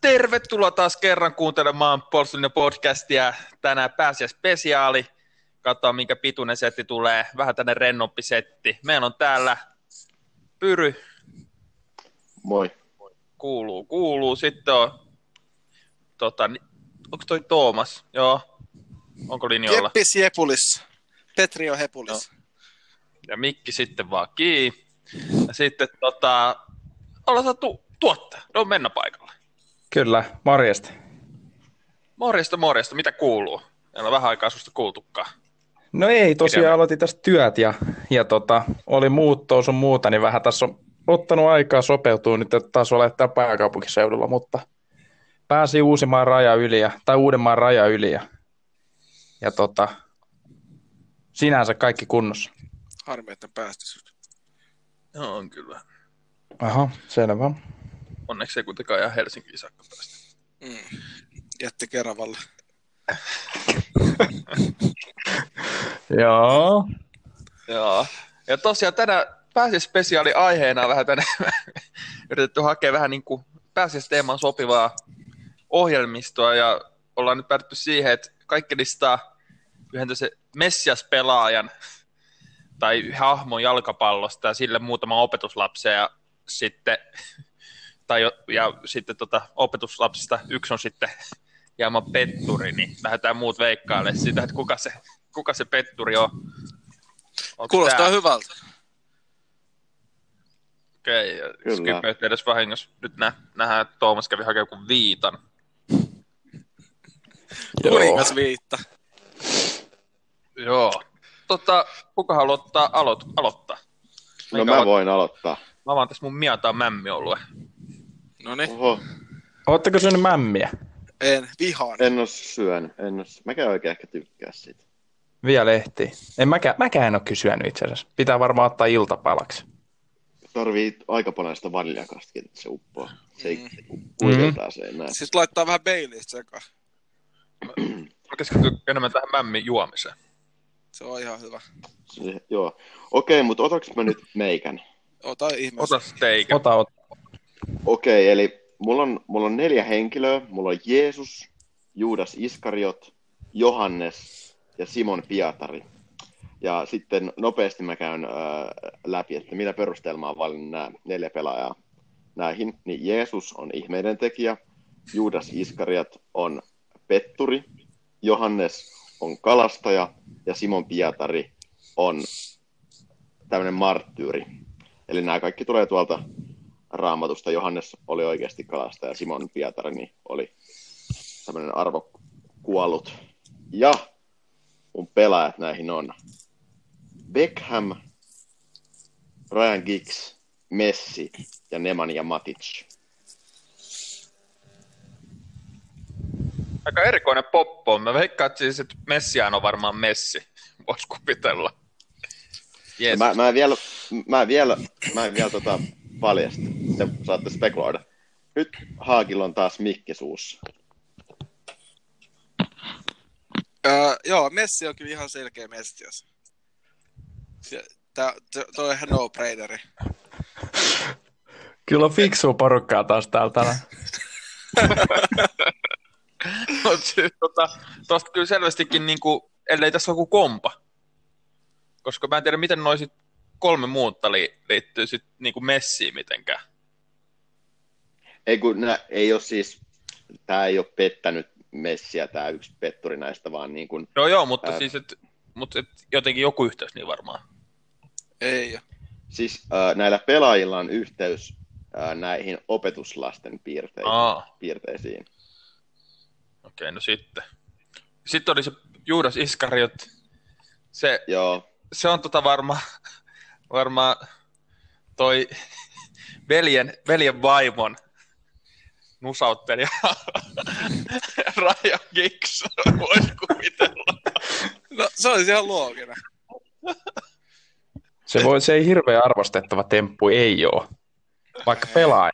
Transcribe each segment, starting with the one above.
Tervetuloa taas kerran kuuntelemaan Puolustuslinjan podcastia. Tänään pääsiäispesiaali. Katsotaan, minkä pituinen setti tulee. Vähän tänne rennompi setti. Meillä on täällä Pyry. Moi. Kuuluu, kuuluu. Sitten on, tota, ni- onko toi Toomas? Joo. Onko linjoilla? Jeppis Jepulis. Petri on Hepulis. No. Ja mikki sitten vaan kiinni. Ja sitten tota, ollaan saatu tuottaa. No mennä paikalle. Kyllä, morjesta. Morjesta, morjesta. Mitä kuuluu? Meillä on vähän aikaa susta kuultukaan. No ei, Mitä? tosiaan aloitin tässä työt ja, ja tota, oli muuttoa sun muuta, niin vähän tässä on ottanut aikaa sopeutua nyt, että taas olet täällä pääkaupunkiseudulla, mutta pääsi Uusimaan raja yli ja, tai Uudenmaan raja yli ja, ja tota, sinänsä kaikki kunnossa. Harmi, että en päästy sut. No on kyllä. Aha, selvä. Onneksi ei kuitenkaan ihan Helsinkiin saakka päästä. Mm. Jätti Keravalle. Joo. Joo. Ja tosiaan tänään pääsiäispesiaali aiheena on vähän tänne yritetty hakea vähän niin kuin pääsiäisteemaan sopivaa ohjelmistoa ja ollaan nyt päätetty siihen, että kaikki listaa yhden tämmöisen Messias-pelaajan tai hahmon jalkapallosta ja sille muutama opetuslapsia ja sitten, tai, jo- ja sitten tota, opetuslapsista yksi on sitten hieman petturi, niin lähdetään muut veikkaille sitä, että kuka se, kuka se petturi on. Onks Kuulostaa tää- hyvältä. Okei, okay, Kyllä. Skype ei edes vahingossa. Nyt nä- nähdään, että Tuomas kävi hakemaan kuin viitan. Kuningas viitta. Joo. Tota, kuka haluaa ottaa aloit- aloittaa? No Aika mä alo- voin aloittaa. Mä vaan tässä mun miataan mämmiolue. No niin, Oho, Ootteko syönyt mämmiä? en vihaan. en oo syönyt. En oo... Mäkään oikein ehkä tykkää siitä. Vielä lehti. En mäkään, mäkään en ole kysynyt itse asiassa. Pitää varmaan ottaa iltapalaksi. Tarvii aika paljon sitä vaniljakastakin, että se uppoaa. Se ei mm. se enää. Siis laittaa vähän Baileysta sekaan. Mä keskityn enemmän tähän mämmin juomiseen. Se on ihan hyvä. Se, joo. Okei, mutta otaks mä nyt meikän? Ota ihmeessä. Ota teikä. Ota, ota. Okei, eli mulla on, mulla on neljä henkilöä. Mulla on Jeesus, Juudas Iskariot, Johannes ja Simon Pietari. Ja sitten nopeasti mä käyn ää, läpi, että millä perusteella mä oon valinnut nämä neljä pelaajaa näihin. Niin Jeesus on ihmeiden tekijä, Juudas Iskariot on petturi, Johannes on kalastaja ja Simon Pietari on tämmöinen marttyyri. Eli nämä kaikki tulee tuolta raamatusta. Johannes oli oikeasti kalastaja, Simon Pietari niin oli tämmöinen arvo kuollut. Ja mun pelaajat näihin on Beckham, Ryan Giggs, Messi ja Nemanja Matic. Aika erikoinen poppo. on. Mä veikkaan, että siis, että Messiaan on varmaan Messi. Vois kupitella. Jeesus. Mä, mä, en vielä, mä en vielä, mä en vielä tota paljasta. Te saatte spekuloida. Nyt Haakilla on taas mikki suussa. Öö, joo, Messi on kyllä ihan selkeä mestias. Se- Tää, to, toi on ihan no-braineri. Kyllä on fiksua porukkaa taas täällä. täällä. Mut siis, tota, tosta kyllä selvästikin, niin kuin, ellei tässä ole joku kompa. Koska mä en tiedä, miten noin sit kolme muutta li- liittyy sit niin kuin messiin mitenkään. Ei kun nää, ei ole siis, tää ei ole pettänyt Messiä, tää yksi petturi näistä, vaan niin kuin No joo, mutta Ää. siis, et, mut, et, jotenkin joku yhteys niin varmaan. Ei oo. Siis äh, näillä pelaajilla on yhteys äh, näihin opetuslasten piirteisiin. Aa, piirteisiin. okei, okay, no sitten. Sitten oli se Juudas Iskariot. Se, Joo, se on tota varmaan varma toi veljen, veljen vaimon nusauttelija Raja Giggs, voisi kuvitella. No, se olisi ihan looginen. Se, voi, se ei hirveän arvostettava temppu, ei oo. Vaikka pelaa.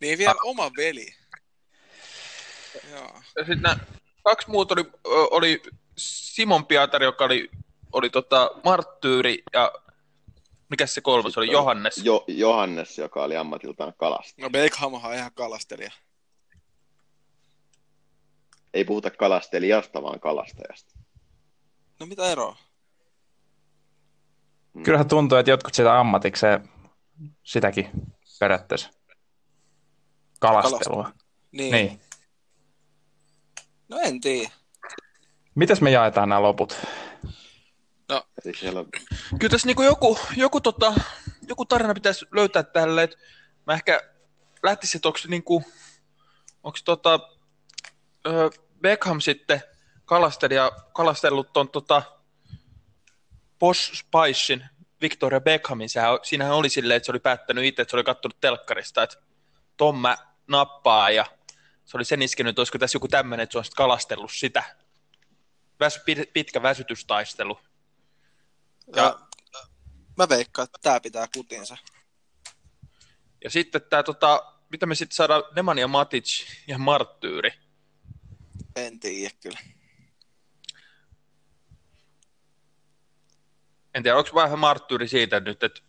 Niin vielä Ah. oma veli. Joo. Ja sit nää, kaksi muuta oli, ö, oli Simon Pietari, joka oli, oli tota marttyyri ja mikä se kolmas oli, Johannes. jo, Johannes, joka oli ammatiltaan kalasta. No Beckhamhan on ihan kalastelija. ei puhuta kalastelijasta, vaan kalastajasta. No mitä eroa? Kyllähän tuntuu, että jotkut sitä ammatikseen sitäkin periaatteessa. Kalastelua. Niin. niin. Niin. No en tiedä. Mitäs me jaetaan nämä loput? Siis siellä, Kyllä tässä niinku joku, joku, tota, joku tarina pitäisi löytää tälle, että mä ehkä lähtisin, että onko niinku, onks tota, ö, Beckham sitten kalasteli ja kalastellut ton tota, Posh Spicein Victoria Beckhamin, sehän, o- siinähän oli silleen, että se oli päättänyt itse, että se oli kattonut telkkarista, että ton mä nappaa ja se oli sen iskenyt, että olisiko tässä joku tämmöinen, että se on sitten kalastellut sitä. Väsy, pit- pitkä väsytystaistelu. Ja, mä veikkaan, että tää pitää kutinsa. Ja sitten tämä, tota, mitä me sitten saadaan, Nemanja Matic ja Marttyyri. En tiedä kyllä. En tiedä, onko vähän Marttyyri siitä nyt, että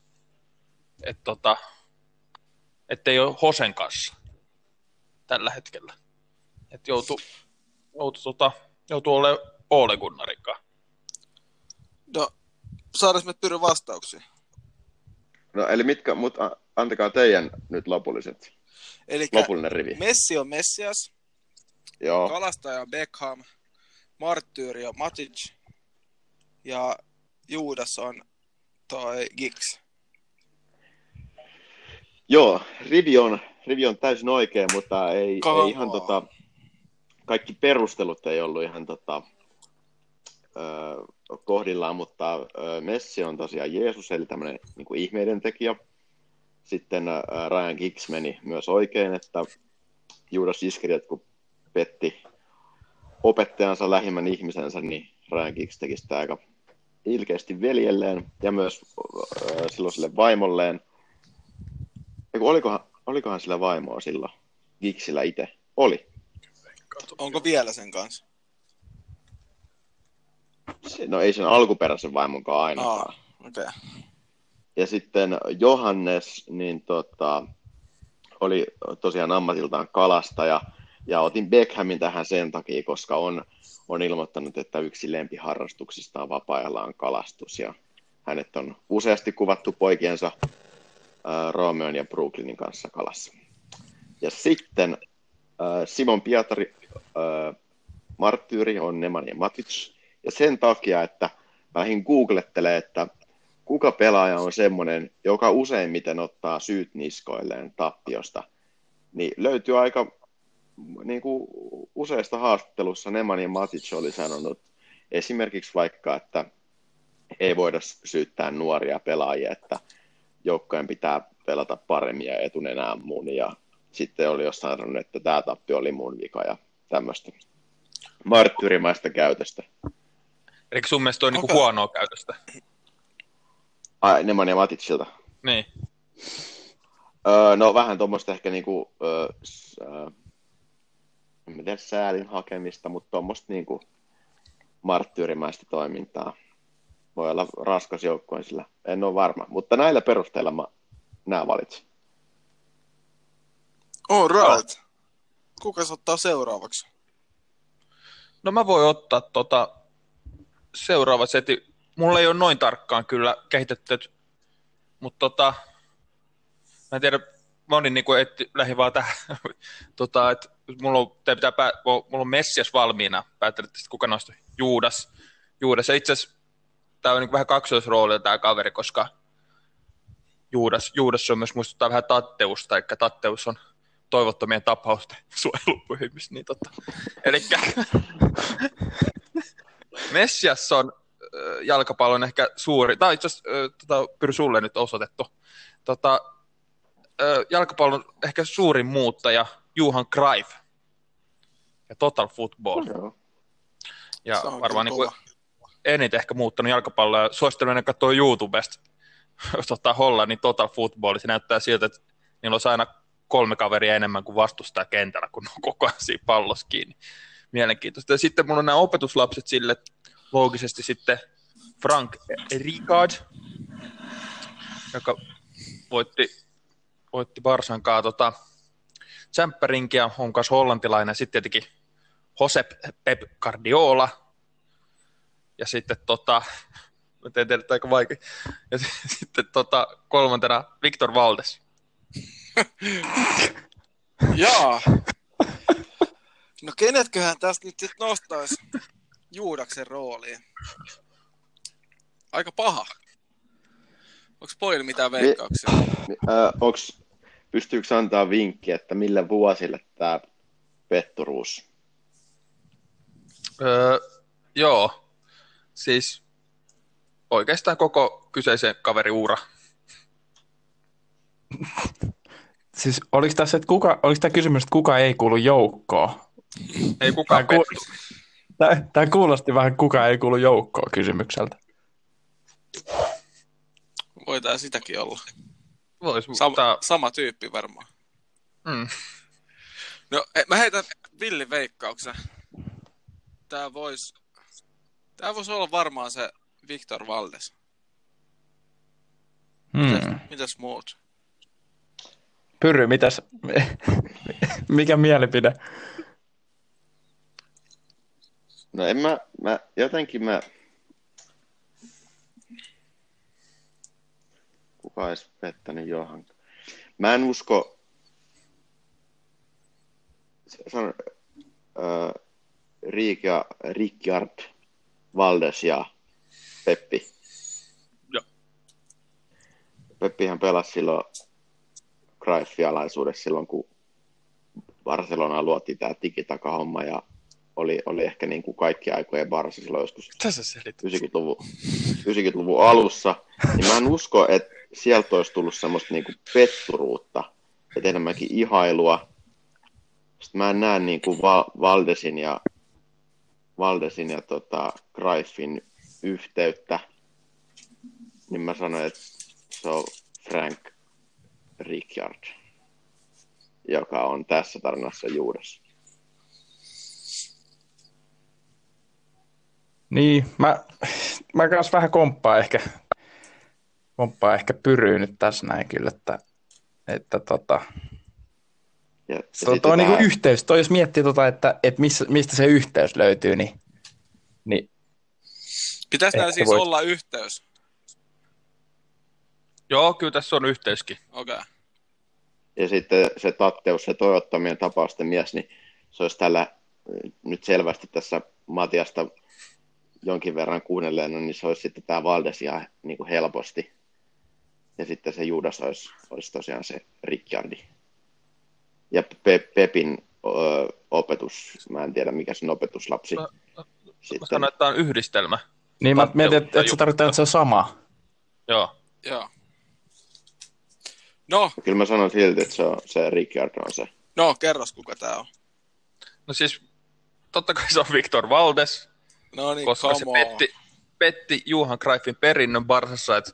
et, tota, ei ole Hosen kanssa tällä hetkellä. Että joutuu joutu, tota, joutu olemaan Ole Gunnarinkaan. No, saadaanko me Pyryn vastauksia? no eli mitkä, mut a- antakaa teidän nyt lopulliset, Eli lopullinen rivi. Messi on Messias, No. Joo, kalastaja on Beckham, marttyyri on Matic ja Juudas on toi Giggs. Joo rivi, on, rivi on täysin oikein, mutta ei, Come ei ihan on. tota, kaikki perustelut ei ollut ihan tota, ö, kohdillaan, mutta ö, Messi on tosiaan Jeesus, eli tämmöinen niin ihmeiden tekijä. Sitten ö, Ryan Giggs meni myös oikein, että Juudas Iskeriot, kun petti opettajansa lähimmän ihmisensä, niin Ryan Giggs teki sitä aika ilkeästi veljelleen ja myös ö, silloiselle vaimolleen. Eiku, olikohan, olikohan sillä vaimoa silloin? Gigsillä itse? Oli. Onko vielä sen kanssa? Se- No ei sen alkuperäisen vaimonkaan ainakaan. Aa, okei. Okay. Ja sitten Johannes, niin tota, oli tosiaan ammatiltaan kalastaja. Ja otin Beckhamin tähän sen takia, koska on, on ilmoittanut, että yksi lempiharrastuksista on vapaa-ajalla on kalastus. Ja hänet on useasti kuvattu poikiensa äh, Romeon ja Brooklynin kanssa kalassa. Ja sitten äh, Simon Pietari äh, Marttyyri on Nemanja Matic. Ja sen takia, että mä lähdin googlettelemaan, että kuka pelaaja on semmoinen, joka useimmiten ottaa syyt niskoilleen tappiosta, niin löytyy aika niin kuin useista haastattelussa Nemanja Matic oli sanonut esimerkiksi vaikka, että ei voida syyttää nuoria pelaajia, että joukkojen pitää pelata paremmin ja etunenään mun ja sitten oli jossain sanonut, että tämä tappio oli mun vika ja tämmöistä marttyyrimäistä käytöstä. Eli sun mielestä toi on niinku Okei. huonoa käytöstä. Ai, Nemanja Maticilta. Niin. Öö, no vähän tuommoista ehkä niinku, öö, s- öö, en mä tiedä säälin hakemista, mutta tuommoista niinku marttyyrimäistä toimintaa. Voi olla raskas joukkoin sillä, en ole varma. Mutta näillä perusteilla mä nämä valitsin. All right. Kuka se ottaa seuraavaksi? No mä voin ottaa tota, seuraava seti. Mulla ei ole noin tarkkaan kyllä kehitetty, mutta tota, mä en tiedä, mä olin niinku etti, lähin vaan tähän, tota, että mulla on, tää pitää pää, mulla on Messias valmiina, päättelin, että sit kuka noista Juudas. Juudas, ja itse asiassa tää on niinku vähän kaksoisroolilla tää kaveri, koska Juudas, Juudas on myös muistuttaa vähän Tatteusta, eli Tatteus on toivottomien tapausten suojelupyhimys, niin tota, Elikkä Messias on ö, jalkapallon ehkä suuri, tai itse asiassa ö, tota, pyri sulle nyt osoitettu, tota, ö, jalkapallon ehkä suurin muuttaja Juhan Cruyff ja Total Football. Ja Se on varmaan niin kyllä kuin kova. eniten ehkä muuttanut jalkapalloa. ja Suosittelen mennä katsoa YouTubesta tota, Hollannin Total Football. Se näyttää siltä, että niillä olisi aina kolme kaveria enemmän kuin vastustaa kentällä, kun ne on koko ajan siinä pallossa kiinni. Mielenkiintoista. Ja sitten mulla on nämä opetuslapset sille loogisesti sitten Frank Ricard, joka voitti, voitti Barsankaa tota, tsemppärinkiä, on myös hollantilainen. Sitten tietenkin Josep Pep Guardiola. Ja sitten tota, mä teen teille aika vaikea. Ja s- sitten tota, kolmantena Victor Valdes. Jaa. No kenetköhän tästä nyt sitten nostaisi Juudaksen rooliin? Aika paha. Onko pojilla mitään Niin. veikkauksia? Äh, onks, pystyykö antaa vinkki, että millä vuosille tämä petturuus? Öö, joo, siis oikeastaan koko kyseisen kaverin uura. Siis oliko tässä, että kuka, oliko tämä kysymys, että kuka ei kuulu joukkoon? Ei kukaan Tää ku- pettu. Tämä, tämä kuulosti vähän kuka ei kuulu joukkoon kysymykseltä. Voi tää sitäkin olla. Vois, Sama, tää, sama tyyppi varmaan. mm. No e- mä heitän villin veikkauksen. Tää vois... Tää vois olla varmaan se Victor Valdes. Mitäs, Hmm. mitäs muut? Pyry, mitäs? Mikä mielipide? No en mä, mä jotenkin mä... Kuka olisi pettänyt Johan? Mä en usko... Se se on äh, Riik ja, Rickard Valdes ja Peppi. Joo. Peppihän pelasi silloin Cruyff-alaisuudessa silloin, kun Barcelona luotiin tämä digitaka-homma ja oli, oli ehkä niin kuin kaikki aikojen varsin silloin joskus Mitä sä selit? 90-luvun, 90-luvun alussa, niin mä en usko, että sieltä olisi tullut semmoista niinku petturuutta, että enemmänkin ihailua. Sitten mä en näe niinku Val- Valdesin ja, Valdesin ja tota Greifin yhteyttä, niin mä sanoin, että se on Frank Ricciard, joka on tässä tarinassa Juudas. Niin, mä, mä kans vähän komppaan ehkä, komppaan ehkä pyryy nyt tässä näin kyllä, että, että tota, se Ja, ja on sitten toi niinku tää- yhteys, toi jos miettii tota, että, että missä, mistä se yhteys löytyy, niin, niin Pitäis Ehkä näillä siis voi. olla yhteys. Joo, kyllä tässä on yhteyskin. Okei. Okay. Ja sitten se Tatteus, se toivottomien tapausten mies, niin se olisi tällä eh, nyt selvästi tässä Matiasta jonkin verran kuunnelleena, niin se olisi sitten tämä Valdes ihan niin kuin helposti. Ja sitten se Juudas olisi, olisi tosiaan se Ricciardi. Ja Pe- Pepin ö, opetus, mä en tiedä mikä sen opetuslapsi. Mä- Mä Sitten, sanoin, että tää on yhdistelmä. niin mä Tattelu mietin, että, tai että se juttu. tarkoittaa, että se on sama. Joo. Joo. No, kyllä mä sanon silti, että se, on, se Ricciardi on se. no, kerros kuka tää on. No siis totta kai se on Victor Valdes, No niin, koska come se on. petti, petti Juhan Greifin perinnön Barsassa, että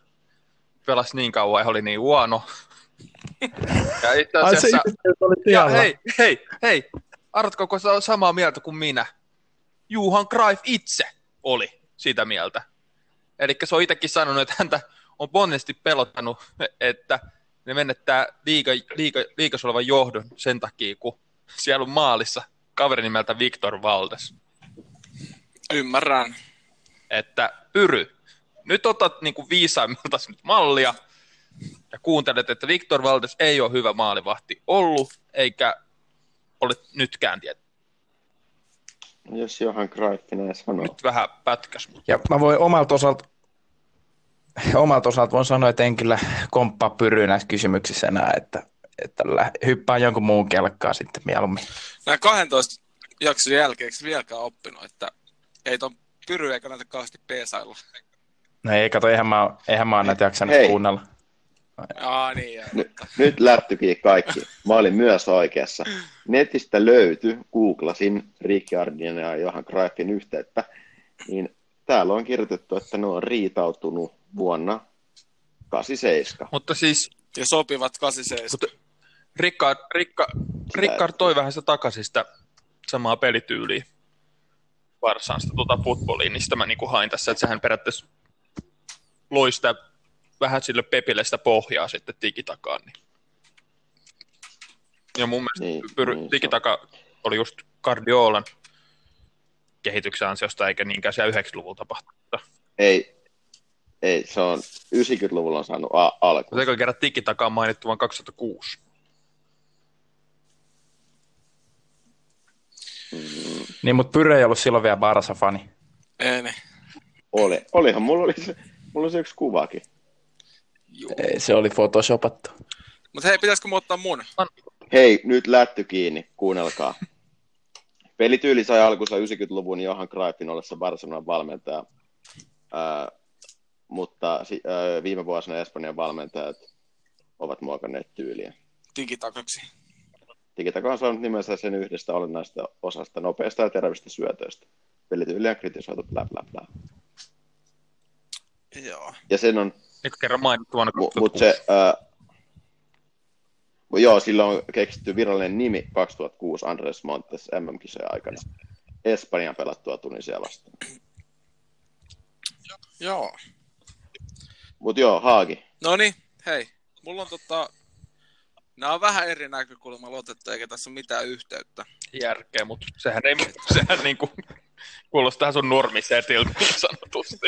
pelasi niin kauan ja oli niin huono. ja itse Ai se asiassa, yhteys oli ja siellä. hei, hei, hei, arvatko, kun on samaa mieltä kuin minä? Juhan Greif itse oli sitä mieltä. Eli se on itsekin sanonut, että häntä on ponnesti pelottanut, että ne menettää liiga, liiga, liikas olevan johdon sen takia, kun siellä on maalissa kaveri nimeltä Victor Valdes. Ymmärrän. että pyry, nyt otat niin kuin viisaimmilta nyt mallia ja kuuntelet, että Victor Valdes ei ole hyvä maalivahti ollut, eikä ole nytkään tiedä. Jos Johan Greif näin sanoo. Nyt vähän pätkäs, mutta Ja mä voin omalta osalta, omalta osalta voin sanoa, että en kyllä komppaa pyryy näissä kysymyksissä enää, että, että lä- hyppään jonkun muun kelkkaa sitten mieluummin. Nää 12 jakson jälkeen eikö vieläkään oppinut, että ei ton pyry eikä näitä kauheasti peesailla. No ei, kato, eihän mä, eihän mä oon näitä jaksanut Hei. kuunnella. Aa niin, joo. Nyt, nyt lähtykin kaikki. Mä olin myös oikeassa. Netistä löytyi, googlasin Ricciardin ja Johan Greifin yhteyttä, niin täällä on kirjoitettu, että ne on riitautunut vuonna 87. mutta siis Ja sopivat 87. Mut- Rickard, Rickard, Rickard toi vähän sitä takaisin sitä samaa pelityyliä Varsaan sitä tuota futboliin, niin sitä mä niin kuin hain tässä, että sehän periaatteessa loi sitä vähän sille Pepille sitä pohjaa sitten digitakaan. Niin. Ja mun mielestä Niin, pyry, niin, se on. digitaka oli just Guardiolan kehityksen ansiosta, eikä niinkään siellä 90-luvulla tapahtunutta. Ei, ei, se on 90-luvulla on saanut a- alku. Mutta eikö kerran Tikitaka on mainittu vain 2006? Niin, mutta Pyre ei ollut silloin vielä Barsa-fani. Ei niin. ne. Oli. Olihan, mulla oli se, mulla oli se yksi kuvakin. Juu. Ei, se oli photoshopattu. Mut hei, pitäisikö mä ottaa mun? Hei, nyt lätty kiinni, kuunnelkaa. Pelityyli sai alkunsa 90-luvun Johan Cruyffin ollessa Barcelonan valmentaja, ää, mutta si- ää, viime vuosina Espanjan valmentajat ovat muokanneet tyyliä. Digitakaksi. Digitaka on saanut nimensä sen yhdestä olennaista osasta nopeasta ja terävistä syötöistä. Pelityyliä on kritisoitu bla bla bla. Joo. Ja sen on Eikö kerran mainittu vuonna Mu- 2006? Mut se, äh, joo, sillä on keksitty virallinen nimi 2006 Andres Montes MM-kisojen aikana. Espanjan pelattua Tunisia vastaan. Joo. Mutta joo, Haagi. No niin, hei. Mulla on tota... Nämä on vähän eri näkökulmalla otettu, eikä tässä ole mitään yhteyttä. järkeä, mutta sehän, ei, sehän niinku, kuulostaa sun normisetiltä niin sanotusti.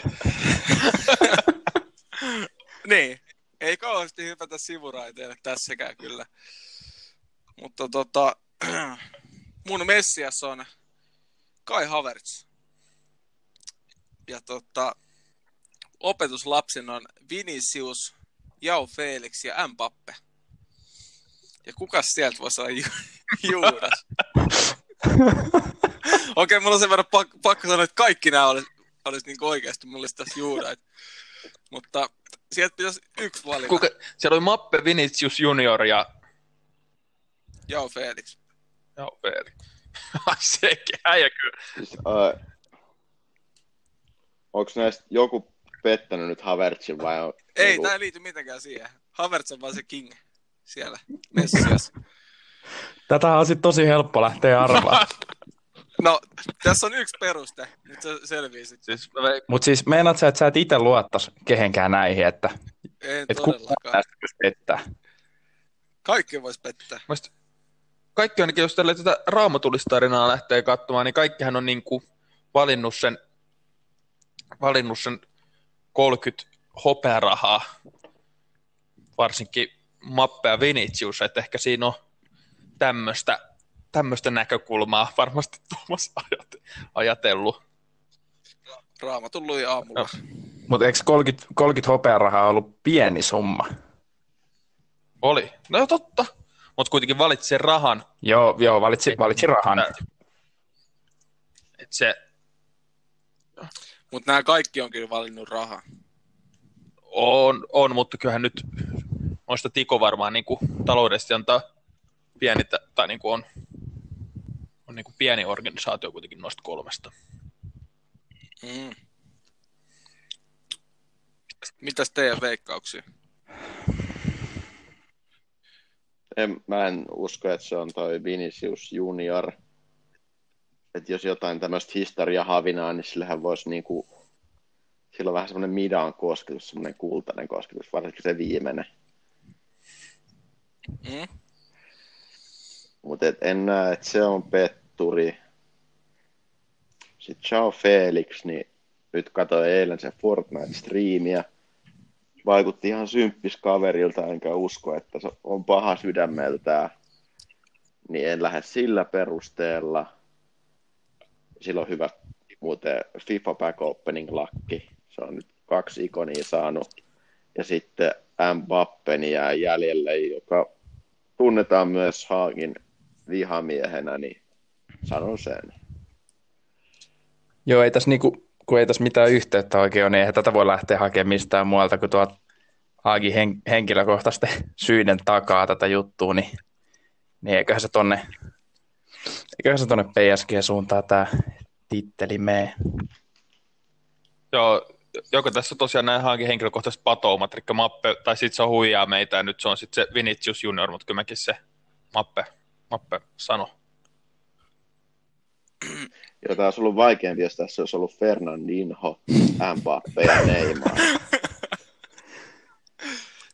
Niin. Ei kauheasti hypätä sivuraiteille tässäkään kyllä. Mutta tota... Mun messias on Kai Havertz. Ja tota... Opetuslapsen on Vinicius, Jao Felix ja Mbappe. Ja kuka sieltä voisi olla Ju- Juudas? Okei, mulla on sen verran pakko, pakko sanoa, että kaikki nämä olisi olis niinku oikeasti mulle tässä Juudas. Mutta sieltä pitäisi yksi valita. Kuka? Kuka, siellä oli Mappe Vinicius Junior ja Jao Felix. Joo, Peeri. Sekin äijä kyllä. Siis, äh, Onko näistä joku pettänyt nyt Havertzin vai on, Ei, niinku- tämä ei liity mitenkään siihen. Havertz on vaan se king siellä Messias. Tätä on sitten tosi helppo lähteä arvaamaan. No, tässä on yksi peruste, nyt se selvii sitten. Siis mä veik- Mutta siis meinaat sä, että sä et itse luottaisi kehenkään näihin, että En et kukaan todellakaan. tästä pystyy pettää. Kaikki voisi pettää. muist- kaikki ainakin, jos tällä tätä raamatullista lähtee katsomaan, niin kaikkihan on niinku valinnut sen, valinnut sen 30 hopearahaa, varsinkin Mappe ja Vinicius, että ehkä siinä on tämmöistä tämmöistä näkökulmaa varmasti Tuomas ajate, ajatellut. Raamatun lui aamulla. Mutta eikö 30, 30 hopearahaa ollut pieni summa? Oli. No totta. Mutta kuitenkin valitsi sen rahan, Joo, joo valitsi, valitsi rahan. että se Mutta nämä kaikki on kyllä valinnut rahaa. On, on mutta kyllähän nyt noista Tiko varmaan niin kuin taloudellisesti antaa pieni, tä- tai niin kuin on, on niin kuin pieni organisaatio kuitenkin noista kolmesta. Mm. Mitäs teidän veikkauksia? en, mä en usko, että se on toi Vinicius Junior. Että jos jotain tämmöistä historiahavinaa, niin sillähän voisi niinku, sillä on vähän semmoinen midan kosketus, semmoinen kultainen kosketus, varsinkin se viimeinen. Mm? Mutta en näe, että se on petturi. Sitten Chao Felix, niin nyt katsoin eilen sen Fortnite-striimiä. Vaikutti ihan symppis kaverilta, enkä usko, että se on paha sydämeltään. Niin en lähde sillä perusteella. Sillä on hyvä muuten FIFA Back Opening lakki. Se on nyt kaksi ikonia saanut. Ja sitten Mbappe niin jää jäljelle, joka tunnetaan myös Haagin vihamiehenä, niin sanon sen. Joo, ei tässä niinku, kun ei tässä mitään yhteyttä oikein ole, niin eihän tätä voi lähteä hakemaan mistään muualta kuin tuolta Haagi hen, henkilökohtaisten syiden takaa tätä juttua, niin, niin eiköhän se tonne, eiköhän se tonne PSG-suuntaan tämä titteli mene. Joo, joko tässä tosiaan näin hankin henkilökohtaiset patoumat, eli mappe, tai sitten se on huijaa meitä, ja nyt se on sitten se Vinicius Junior, mutta kyllä mäkin se mappe, mappe sano. Ja tämä olisi ollut vaikeampi, jos tässä olisi ollut Fernandinho, Mbappe ja Neymar.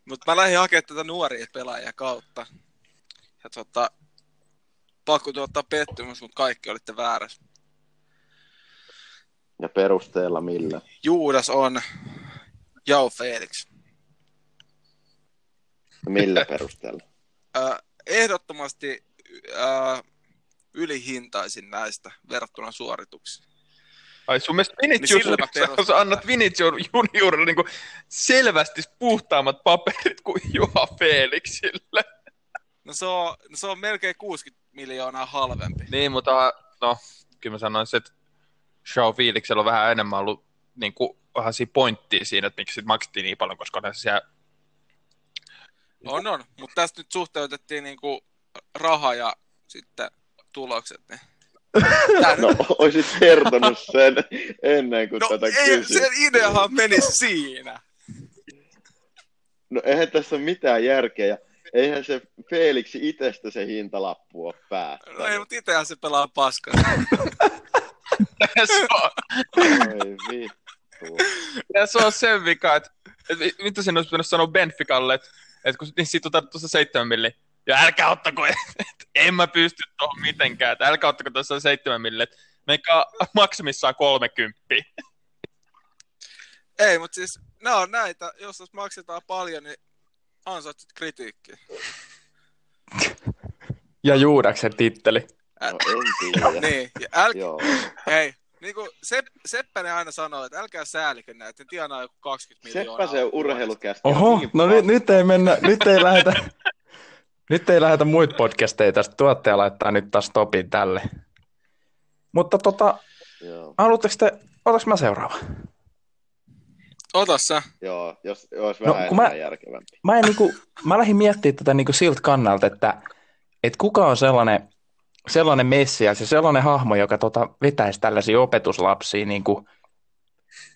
Mutta mä lähdin hakemaan tätä nuoria pelaajia kautta. Ja tota, pakko tuottaa pettymys, mutta kaikki olitte väärässä. Ja perusteella millä? Juudas on Jao Felix. Millä perusteella? Ö, ehdottomasti ö, ylihintaisin näistä verrattuna suorituksiin. Ai sun mielestä Vinicius, Niin sillä niin sä perusteella. annat Vinicius juniorille niin selvästi puhtaammat paperit kuin Juha Felixille. No se on, no se on melkein 60 miljoonaa halvempi. Niin, mutta no, kyllä mä sanoisin, että Shaw Felixillä on vähän enemmän ollut niin kuin, vähän siinä pointtia siinä, että miksi sit maksettiin niin paljon, koska ne siellä, On, on. Mutta tästä nyt suhteutettiin niinku raha ja sitten tulokset. Niin. Tää nyt- No, oisit kertonut sen ennen kuin no tätä ei, kysyt. sen ideahan meni siinä. No eihän tässä ole mitään järkeä. ja Eihän se Feliksi itsestä se hintalappu ole päättänyt. No ei, mutta itsehän se pelaa paskaa. se on, Oi vittu. No, ja se on sen vika, että, että mi- mitä sen olisi pitänyt sanoa Benficalle, että, että kun niin siitä otat tuossa seitsemän milli, ja älkää ottako, että, että en mä pysty tuohon mitenkään, että älkää ottako tuossa seitsemän milli, että menkää maksimissaan kolmekymppiä. Ei, mutta siis nämä on näitä, jos jos maksetaan paljon, niin ansaitset kritiikkiä. Ja Juudaksen titteli. No en tiedä. Niin, ja äl... Joo. hei, niin kuin Sepp, Seppänen aina sanoo, että älkää säälikö näitä, ne tienaa joku 20 miljoonaa. Seppä se niin urheilukästä. Oho, no nyt, nyt ei mennä, nyt ei lähetä, nyt ei lähetä muita podcasteja tästä. Tuottaja laittaa nyt taas stopin tälle. Mutta tota, Joo, haluatteko te, otaks mä seuraava? Ota sä. joo, jos olisi No, vähän kun mä- enemmän järkevämpi. Mä, en niinku, mä lähdin miettimään tätä niinku siltä kannalta, että et kuka on sellainen, sellainen messias ja sellainen hahmo, joka tota, vetäisi tällaisia opetuslapsia niinku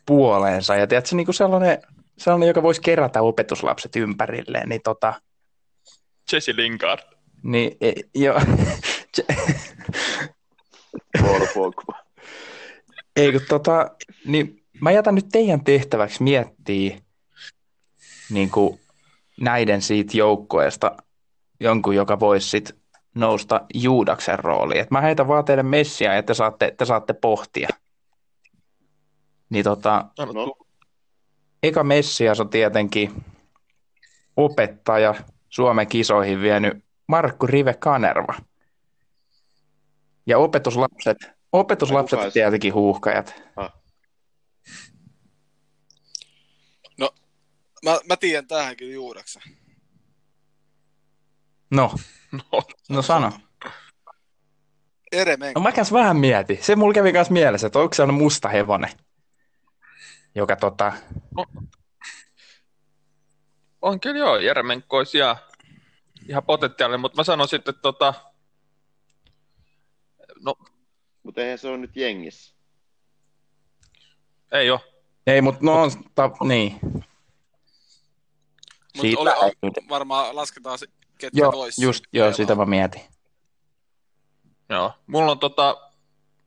puoleensa. Ja tiedätkö, niinku sellainen, sellainen, joka voisi kerätä opetuslapset ympärilleen, niin tota, Jesse Lingard. niin, e, jo, Paul Pogba. Ei kun tota, niin mä jätän nyt teidän tehtäväksi miettiä niin kuin näiden siitä joukkoesta jonkun, joka voisi sit nousta Juudaksen rooliin. Et mä heitän vaan teille messia ja te saatte, te saatte pohtia. Niin tota, No, eka messias on tietenkin opettaja Suomen kisoihin vienyt Markku Rive Kanerva. Ja opetuslapset, opetuslapset Kuka on se- tietenkin huuhkajat. Mä, mä tiedän tähän kyllä juuraksen. No, No, No sano. Ere Menk- No mä kans vähän mietin. Se mulla kävi kans mielessä, että onko se on musta hevonen, joka tota... On kyllä joo, Jeremenko olisi ihan, ihan potentiaalinen, mutta mä sanon sitten, että tota, no mutta eihän se ole nyt jengissä. ei ole. Ei, mut no on... Ta... Niin. Mut Siitä oli, on, ei- varmaan lasketaan se, ketkä Joo, vois. just, joo, pelaa. sitä mä mietin. Joo. Mulla on, tota,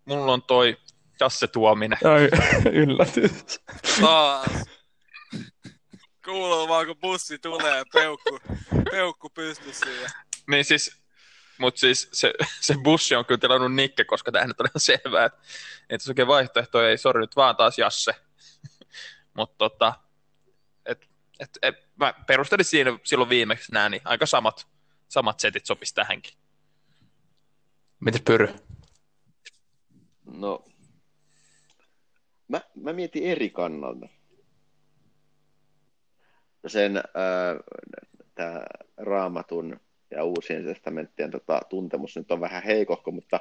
mulla on toi Jasse Tuominen. Ai, yllätys. Taas. Kuuluu vaan, kun bussi tulee, peukku, peukku pystyssä. Ja... Niin siis, mut siis se, se bussi on kyllä tilannut Nikke, koska tämähän nyt on ihan selvää, että et se oikein vaihtoehto ei, sori nyt vaan taas Jasse. mutta tota, et, et, et, mä perustelin siinä silloin viimeksi nää, niin aika samat, samat setit sopisi tähänkin. Mites Pyry? No, mä, mä mietin eri kannalta. Sen äh, raamatun ja uusien testamenttien tota, tuntemus nyt on vähän heikohko, mutta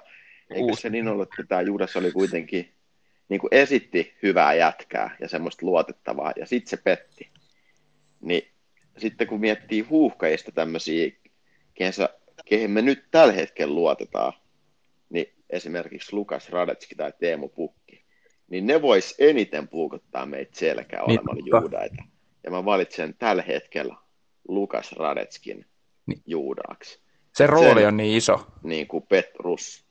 eikö Uusi. se niin ollut, että tämä Juudas oli kuitenkin, niin kuin esitti hyvää jätkää ja semmoista luotettavaa, ja sitten se petti. Niin sitten kun miettii huuhkajista tämmöisiä, kehen, sä- kehen me nyt tällä hetkellä luotetaan, niin esimerkiksi Lukas Radetski tai Teemu Pukki, niin ne vois eniten puukottaa meitä selkää Niin, olemalla totta. Juudaita. Ja mä valitsen tällä hetkellä Lukas Radetskin Niin. Juudaaksi, Se rooli on niin iso. niin kuin Petrus.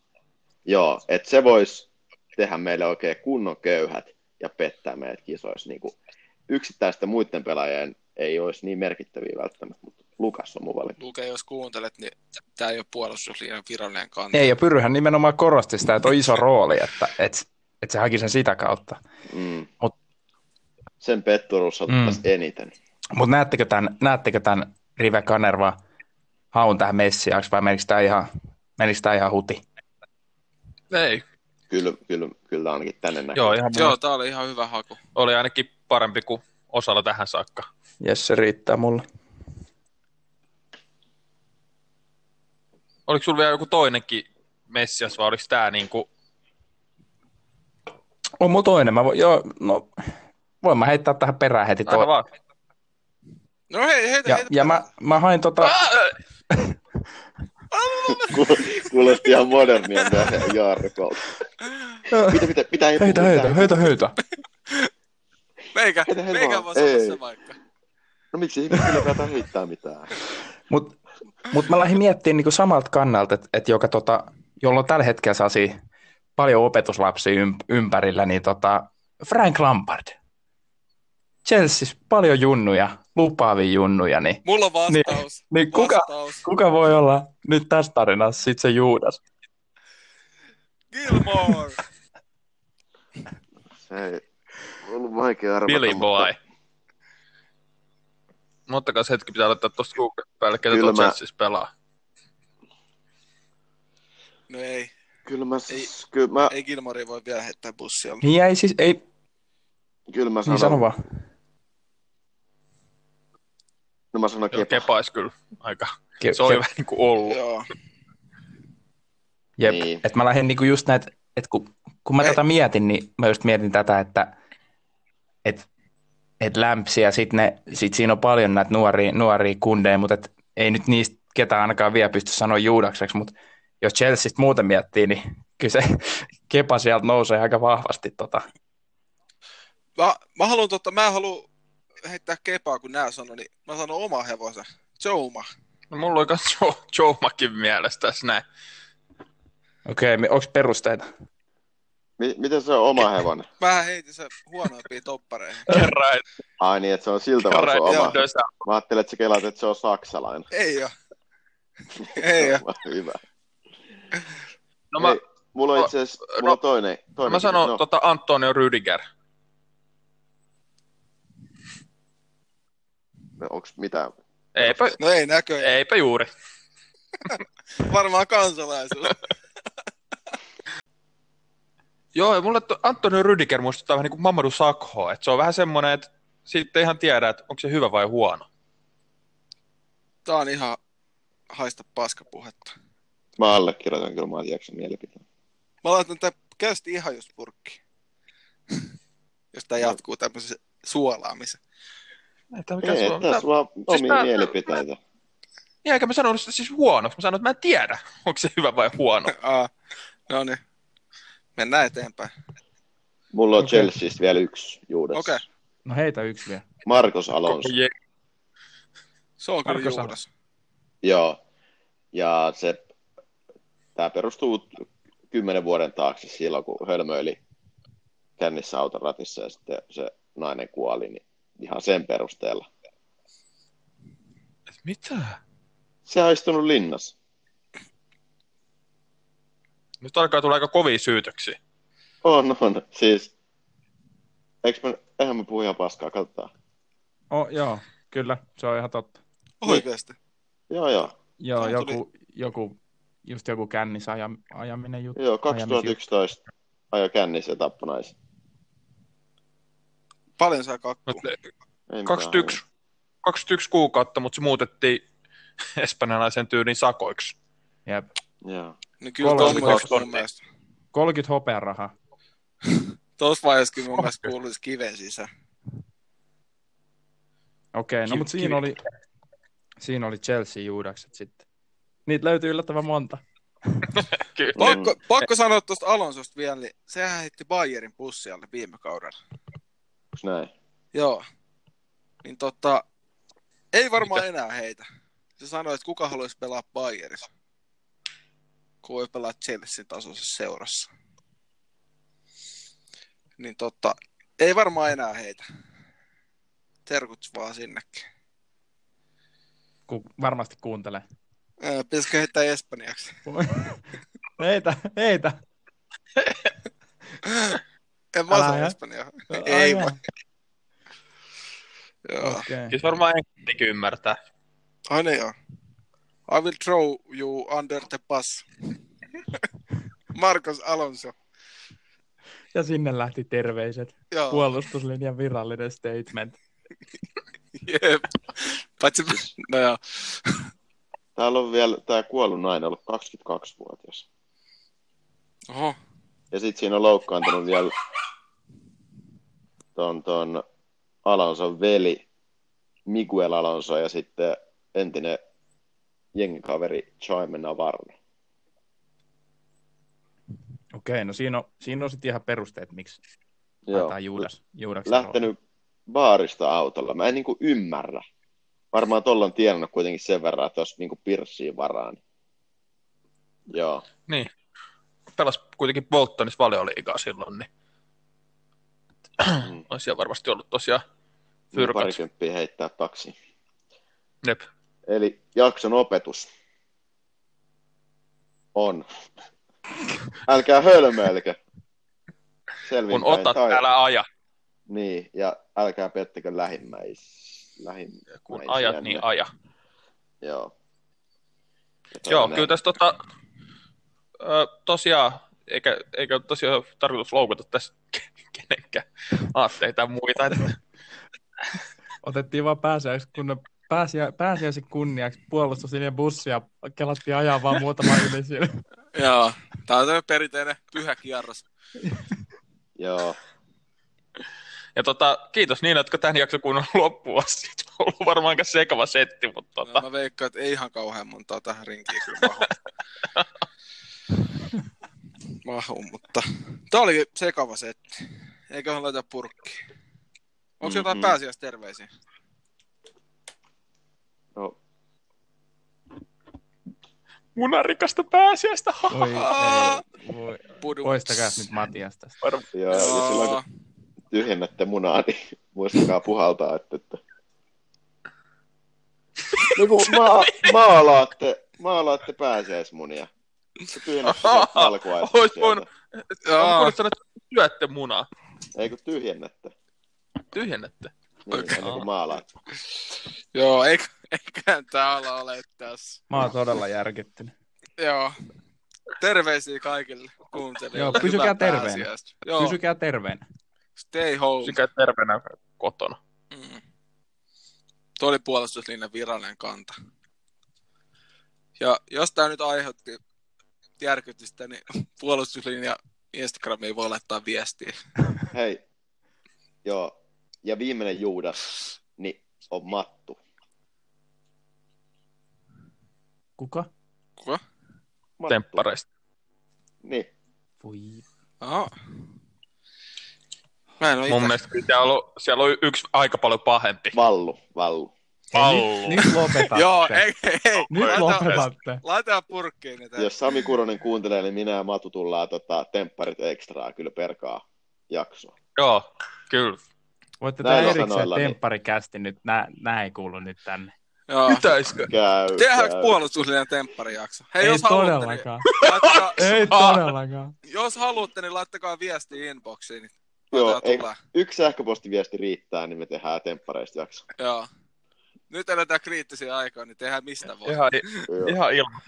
Joo, että se voisi tehdä meille oikein kunnon köyhät ja pettää meidät kisoissa. Niin kuin yksittäisten muiden pelaajien ei olisi niin merkittäviä välttämättä, mutta Lukas on mun valinta. Luke, jos kuuntelet, niin tämä ei ole puolustusliian virallinen kanta. Ei, ja Pyryhän nimenomaan korosti sitä, että on iso rooli, että et, että se haki sen sitä kautta. Mm. Mut- Sen Petturus ottaisi mm. eniten. Mutta näettekö tämän, näettekö tämän Rive Kanerva haun tähän messiaaksi vai menikö tämä ihan, menikö tää ihan huti? Ei, Kyllä, kyllä, kyllä ainakin tänne näkyy. joo, ihan Joo, tää oli ihan hyvä haku. oli ainakin parempi kuin osalla tähän saakka. Jes, se riittää mulle. Oliko sulla vielä joku toinenkin Messias vai oliko tämä niinku... On mulla toinen. Mä voin, joo, no, voin mä heittää tähän perään heti. Aina Toi. vaan. No hei, heitä, Ja, heitä. ja mä, mä hain tota... Ku- Kuulosti ihan modernia myöhemmin Jarkolta. Ah! Mitä, mitä, mitä ei Heitä, puhu, heitä, mitä- heitä, heitä. Meikä, Heitä, heitä meikä vaan. voi sanoa Ei. se vaikka. No miksi ihmiset ylipäätään heittää mitään? Mutta mut mä lähdin miettimään niinku samalta kannalta, että et joka tota, jolla on tällä hetkellä saasi paljon opetuslapsia ymp- ympärillä, niin tota, Frank Lampard. Chelsea, paljon junnuja, lupaavia junnuja, niin, Mulla on vastaus. niin kuka, Vastaus. kuka voi olla nyt tässä tarinassa sit se Juudas? Gilmore. Se ei ollut vaikea arvata. Billy mutta Boy. Mutta kas hetki pitää laittaa tuosta Google päälle, ketä Kyllä tuolla mä- Chelseassa pelaa. No ei, Kyllä mä, Ei. kyllä mä, ei Gilmore voi vielä heittää bussia. Niin ei siis, ei, kyllä mä sanon, niin sano vaan. no mä sanon Joo, kepa. kepais kyllä aika. Ke- Se oli ke- vähän niinku ollut. Joo. Jep. Niin. Et mä lähdin niinku just näitä, että kun, kun mä Ei. tätä mietin, niin mä just mietin tätä, että et, et lämpsiä, sit, ne, sit siinä on paljon näitä nuoria, nuoria kundeja, mutta et ei nyt niistä ketään ainakaan vielä pysty sanoa juudakseksi, mutta jos Chelseastä muuten miettii, niin kyllä se kepa sieltä nousee aika vahvasti. Tota. Mä, mä haluan totta, mä haluan heittää kepaa, kun nää sanoi, niin mä sanon oma hevosen. Jouma. No, mulla oli kans Joe, Joe Makin mielessä tässä näin. Okei, okay, onko perusteita? Mi- miten se on oma hevonen? Mä heitin sen huonoimpiin toppareihin. Kerran, et- Ai niin, että se on siltä vaan kerran se on et- oma. joo, tässä- Mä ajattelin, että sä kelaat, että se on saksalainen. Ei oo. Ei oo. Hyvä. No mä, Ei, mulla on no, itse asiassa, no, mulla on toinen. toinen mä sanon no, tota Antonio Rüdiger. onks mitään? Eipä, No ei näköjään. eipä juuri. Varmaan kansalaisuus. Joo, ja mulle to, Antonio Rüdiger muistuttaa vähän niin kuin Mamadou Sakhoa, että se on vähän semmoinen, että sitten ihan tiedä, että onko se hyvä vai huono. Tää on ihan haista paskapuhetta. Mä allekirjoitan kyllä Matiaksen mielipiteen. Mä laitan tää kästi ihan just purkki. Jos tää jatkuu tämmöisen suolaamisen. Ei, tämä Ei, tässä vaan omia tää- mielipiteitä. Niin, eikä mä sanonut sitä siis huonoksi. Mä sanoin, että mä en tiedä, onko se hyvä vai huono. Aa, no niin. Mennään eteenpäin. Mulla on Okei. Chelseaista vielä yksi Juudas. Okei. No heitä yksi vielä. Markus Alonso. Je- Se on kyllä Marko sanoo. Juudas. Joo. Ja se, tämä perustuu kymmenen vuoden taakse silloin, kun hölmöili kännissä autoratissa ja sitten se nainen kuoli, niin ihan sen perusteella. Et Mitä? Se on istunut linnassa. Nyt alkaa tulla aika kovia syytöksiä. On, on. Siis, eikö mä, eihän mä puhu ihan paskaa, katsotaan. Oh, joo, kyllä, se on ihan totta. Niin. Oikeesti. Joo, joo. Joo, Tää tuli- joku, joku, just joku kännissä aja, ajaminen juttu. Joo, 2011 ajoi kännissä ja tappoi naisen. Paljon saa kakkua. Mut, eh, Ei mitään. 21, 21 kuukautta, mutta se muutettiin espanjalaisen tyylin sakoiksi. Jep. Joo. Niin kyllä Kolme tuossa kaksi. mun mielestä. 30 hopearahaa. Tuossa vaiheessa kyllä mun mielestä kuuluisi kiven sisään. Okei, no Ki- mutta kivi- siinä oli, siinä oli Chelsea juudakset sitten. Niitä löytyy yllättävän monta. Kyllä. Pakko, pakko sanoa tuosta Alonsosta vielä, niin sehän heitti Bayerin pussialle viime kaudella. Onks näin? Joo. Niin tota, ei varmaan Mitä? enää heitä. Se sanoi, että kuka haluaisi pelaa Bayerissa, kun voi pelaa Chelsean tasoisessa seurassa. Niin tota, ei varmaan enää heitä. Terkuts vaan sinnekin. Kun varmasti kuuntelee. Ää, Pitäisikö heittää espanjaksi? heitä, heitä. En mä Älä osaa ihan. Espanjaa. Ei voi. Joo. Okay. Siis varmaan englantikin ymmärtää. Aina joo. I will throw you under the bus. Marcos Alonso. Ja sinne lähti terveiset. Joo. Puolustuslinjan virallinen statement. Jep. Paitsi, no joo. Täällä on vielä tämä kuollut nainen ollut 22-vuotias. Oho. Ja sitten siinä on loukkaantunut vielä ton, ton Alonson veli Miguel Alonso ja sitten entinen jengikaveri Jaime Navarro. Okei, okay, no siinä on, siinä on sitten ihan perusteet, miksi Joo. antaa Juudas, Juudaksen Lähtenyt baarista autolla. Mä en niinku ymmärrä. Varmaan tuolla on tienannut kuitenkin sen verran, että olisi niinku pirssiin varaan. Joo. Niin. Pelas kuitenkin Boltonissa valioliigaa silloin, niin Mm. on siellä varmasti ollut tosiaan Niin fyrkat. Parikymppiä heittää taksiin. Jep. Eli jakson opetus on. Älkää hölmöilkö. Kun Selvinpäin otat, tai... älä aja. Niin, ja älkää pettäkö lähimmäis... lähimmäisiä. Kun ajat, niin aja. Joo. Ja Joo, toinen- kyllä tässä tota, ö, tosiaan, eikä, eikä tosiaan ole tarkoitus loukata tässä kenenkään aatteita ja muita. Että Otettiin vaan pääsiäiseksi kun pääsiä, pääsiäisen kunniaksi puolustuslinjan bussia. Kelattiin ajaa vaan muutama yli siellä. Joo. Tää on tämmönen perinteinen pyhä kierros. Joo, Ja tota, kiitos niille, jotka tämän jakson kuunnella loppuun asti. On ollut varmaan aika sekava setti, mutta No, tota, mä veikkaan, että ei ihan kauhean montaa tähän rinkiin kyllä mahu. mahu, mutta... Tää oli sekava setti. Eiköhän laita purkkiin. Onko mm-hmm. jotain Mhm. pääsiäisterveisiä? no, munarikasta pääsiäistä. Oi, ei, voi. Pudu. Poistakaa nyt Matias tästä. joo, ja silloin kun tyhjennätte munaa, niin muistakaa puhaltaa, että... että... No kun ma- maalaatte, maalaatte pääsiäismunia. Se tyhjennätte sieltä alkuaista Ois sieltä. voinut- Jaa. Onko sanoa, että syötte munaa? Ei kun tyhjennätte. Tyhjennätte. Niin, Okei. ennen kuin maalaat. Joo, eikä, eiköhän tää ala ole tässä. Mä oon todella järkyttynyt. Joo. Terveisiä kaikille kuuntelijoille. Joo, pysykää Hyvää terveenä. pääsiäistä. Joo, Pysy... Pysykää terveenä. stay home. Sykä terveenä kotona. Mm. Tuo oli puolustuslinjan virallinen kanta. Ja jos tämä nyt aiheutti järkytystä, niin puolustuslinja Instagramiin voi laittaa viestiä. Hei. Joo. Ja viimeinen Juudas, niin on Mattu. Kuka? Kuka? Mattu. Temppareista. Niin. Voi. Aha. Mä en ole Mun itse. mielestä kyllä siellä on, siellä on yksi aika paljon pahempi. Vallu, vallu. Pallu. Nyt, nyt lopetatte. Joo, ei, ei. Nyt laita, lopetatte. laita purkkiin niitä. Jos Sami Kuronen kuuntelee, niin minä ja Matu tullaan tota, tempparit ekstraa kyllä perkaa jaksoa. Joo, kyllä. Voitte Näillä tehdä erikseen sanoilla, niin. tempparikästi nyt. Nää, nää ei kuulu nyt tänne. Joo. Pitäisikö? Käy, Tehdäänkö käy. puolustuslinjan tempparijakso? Hei, ei jos haluatte, niin todellakaan. laittakaa, Ei Aa. todellakaan. jos haluatte, niin laittakaa viesti inboxiin. Niin Joo, Joo, ei, tulee. yksi sähköpostiviesti riittää, niin me tehdään temppareista jakso. Joo. Nyt eletään kriittisiä aikaa, niin tehdään mistä voi. Ihan, Joo. ihan ilman.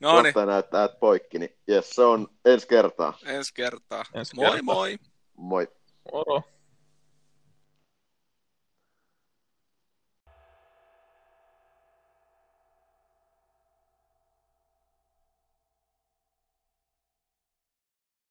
No niin, Kohta näyttää että poikki, niin jes, se on ensi kertaa. ensi kertaa. ensi Moi kertaa. moi! Moi. Moro.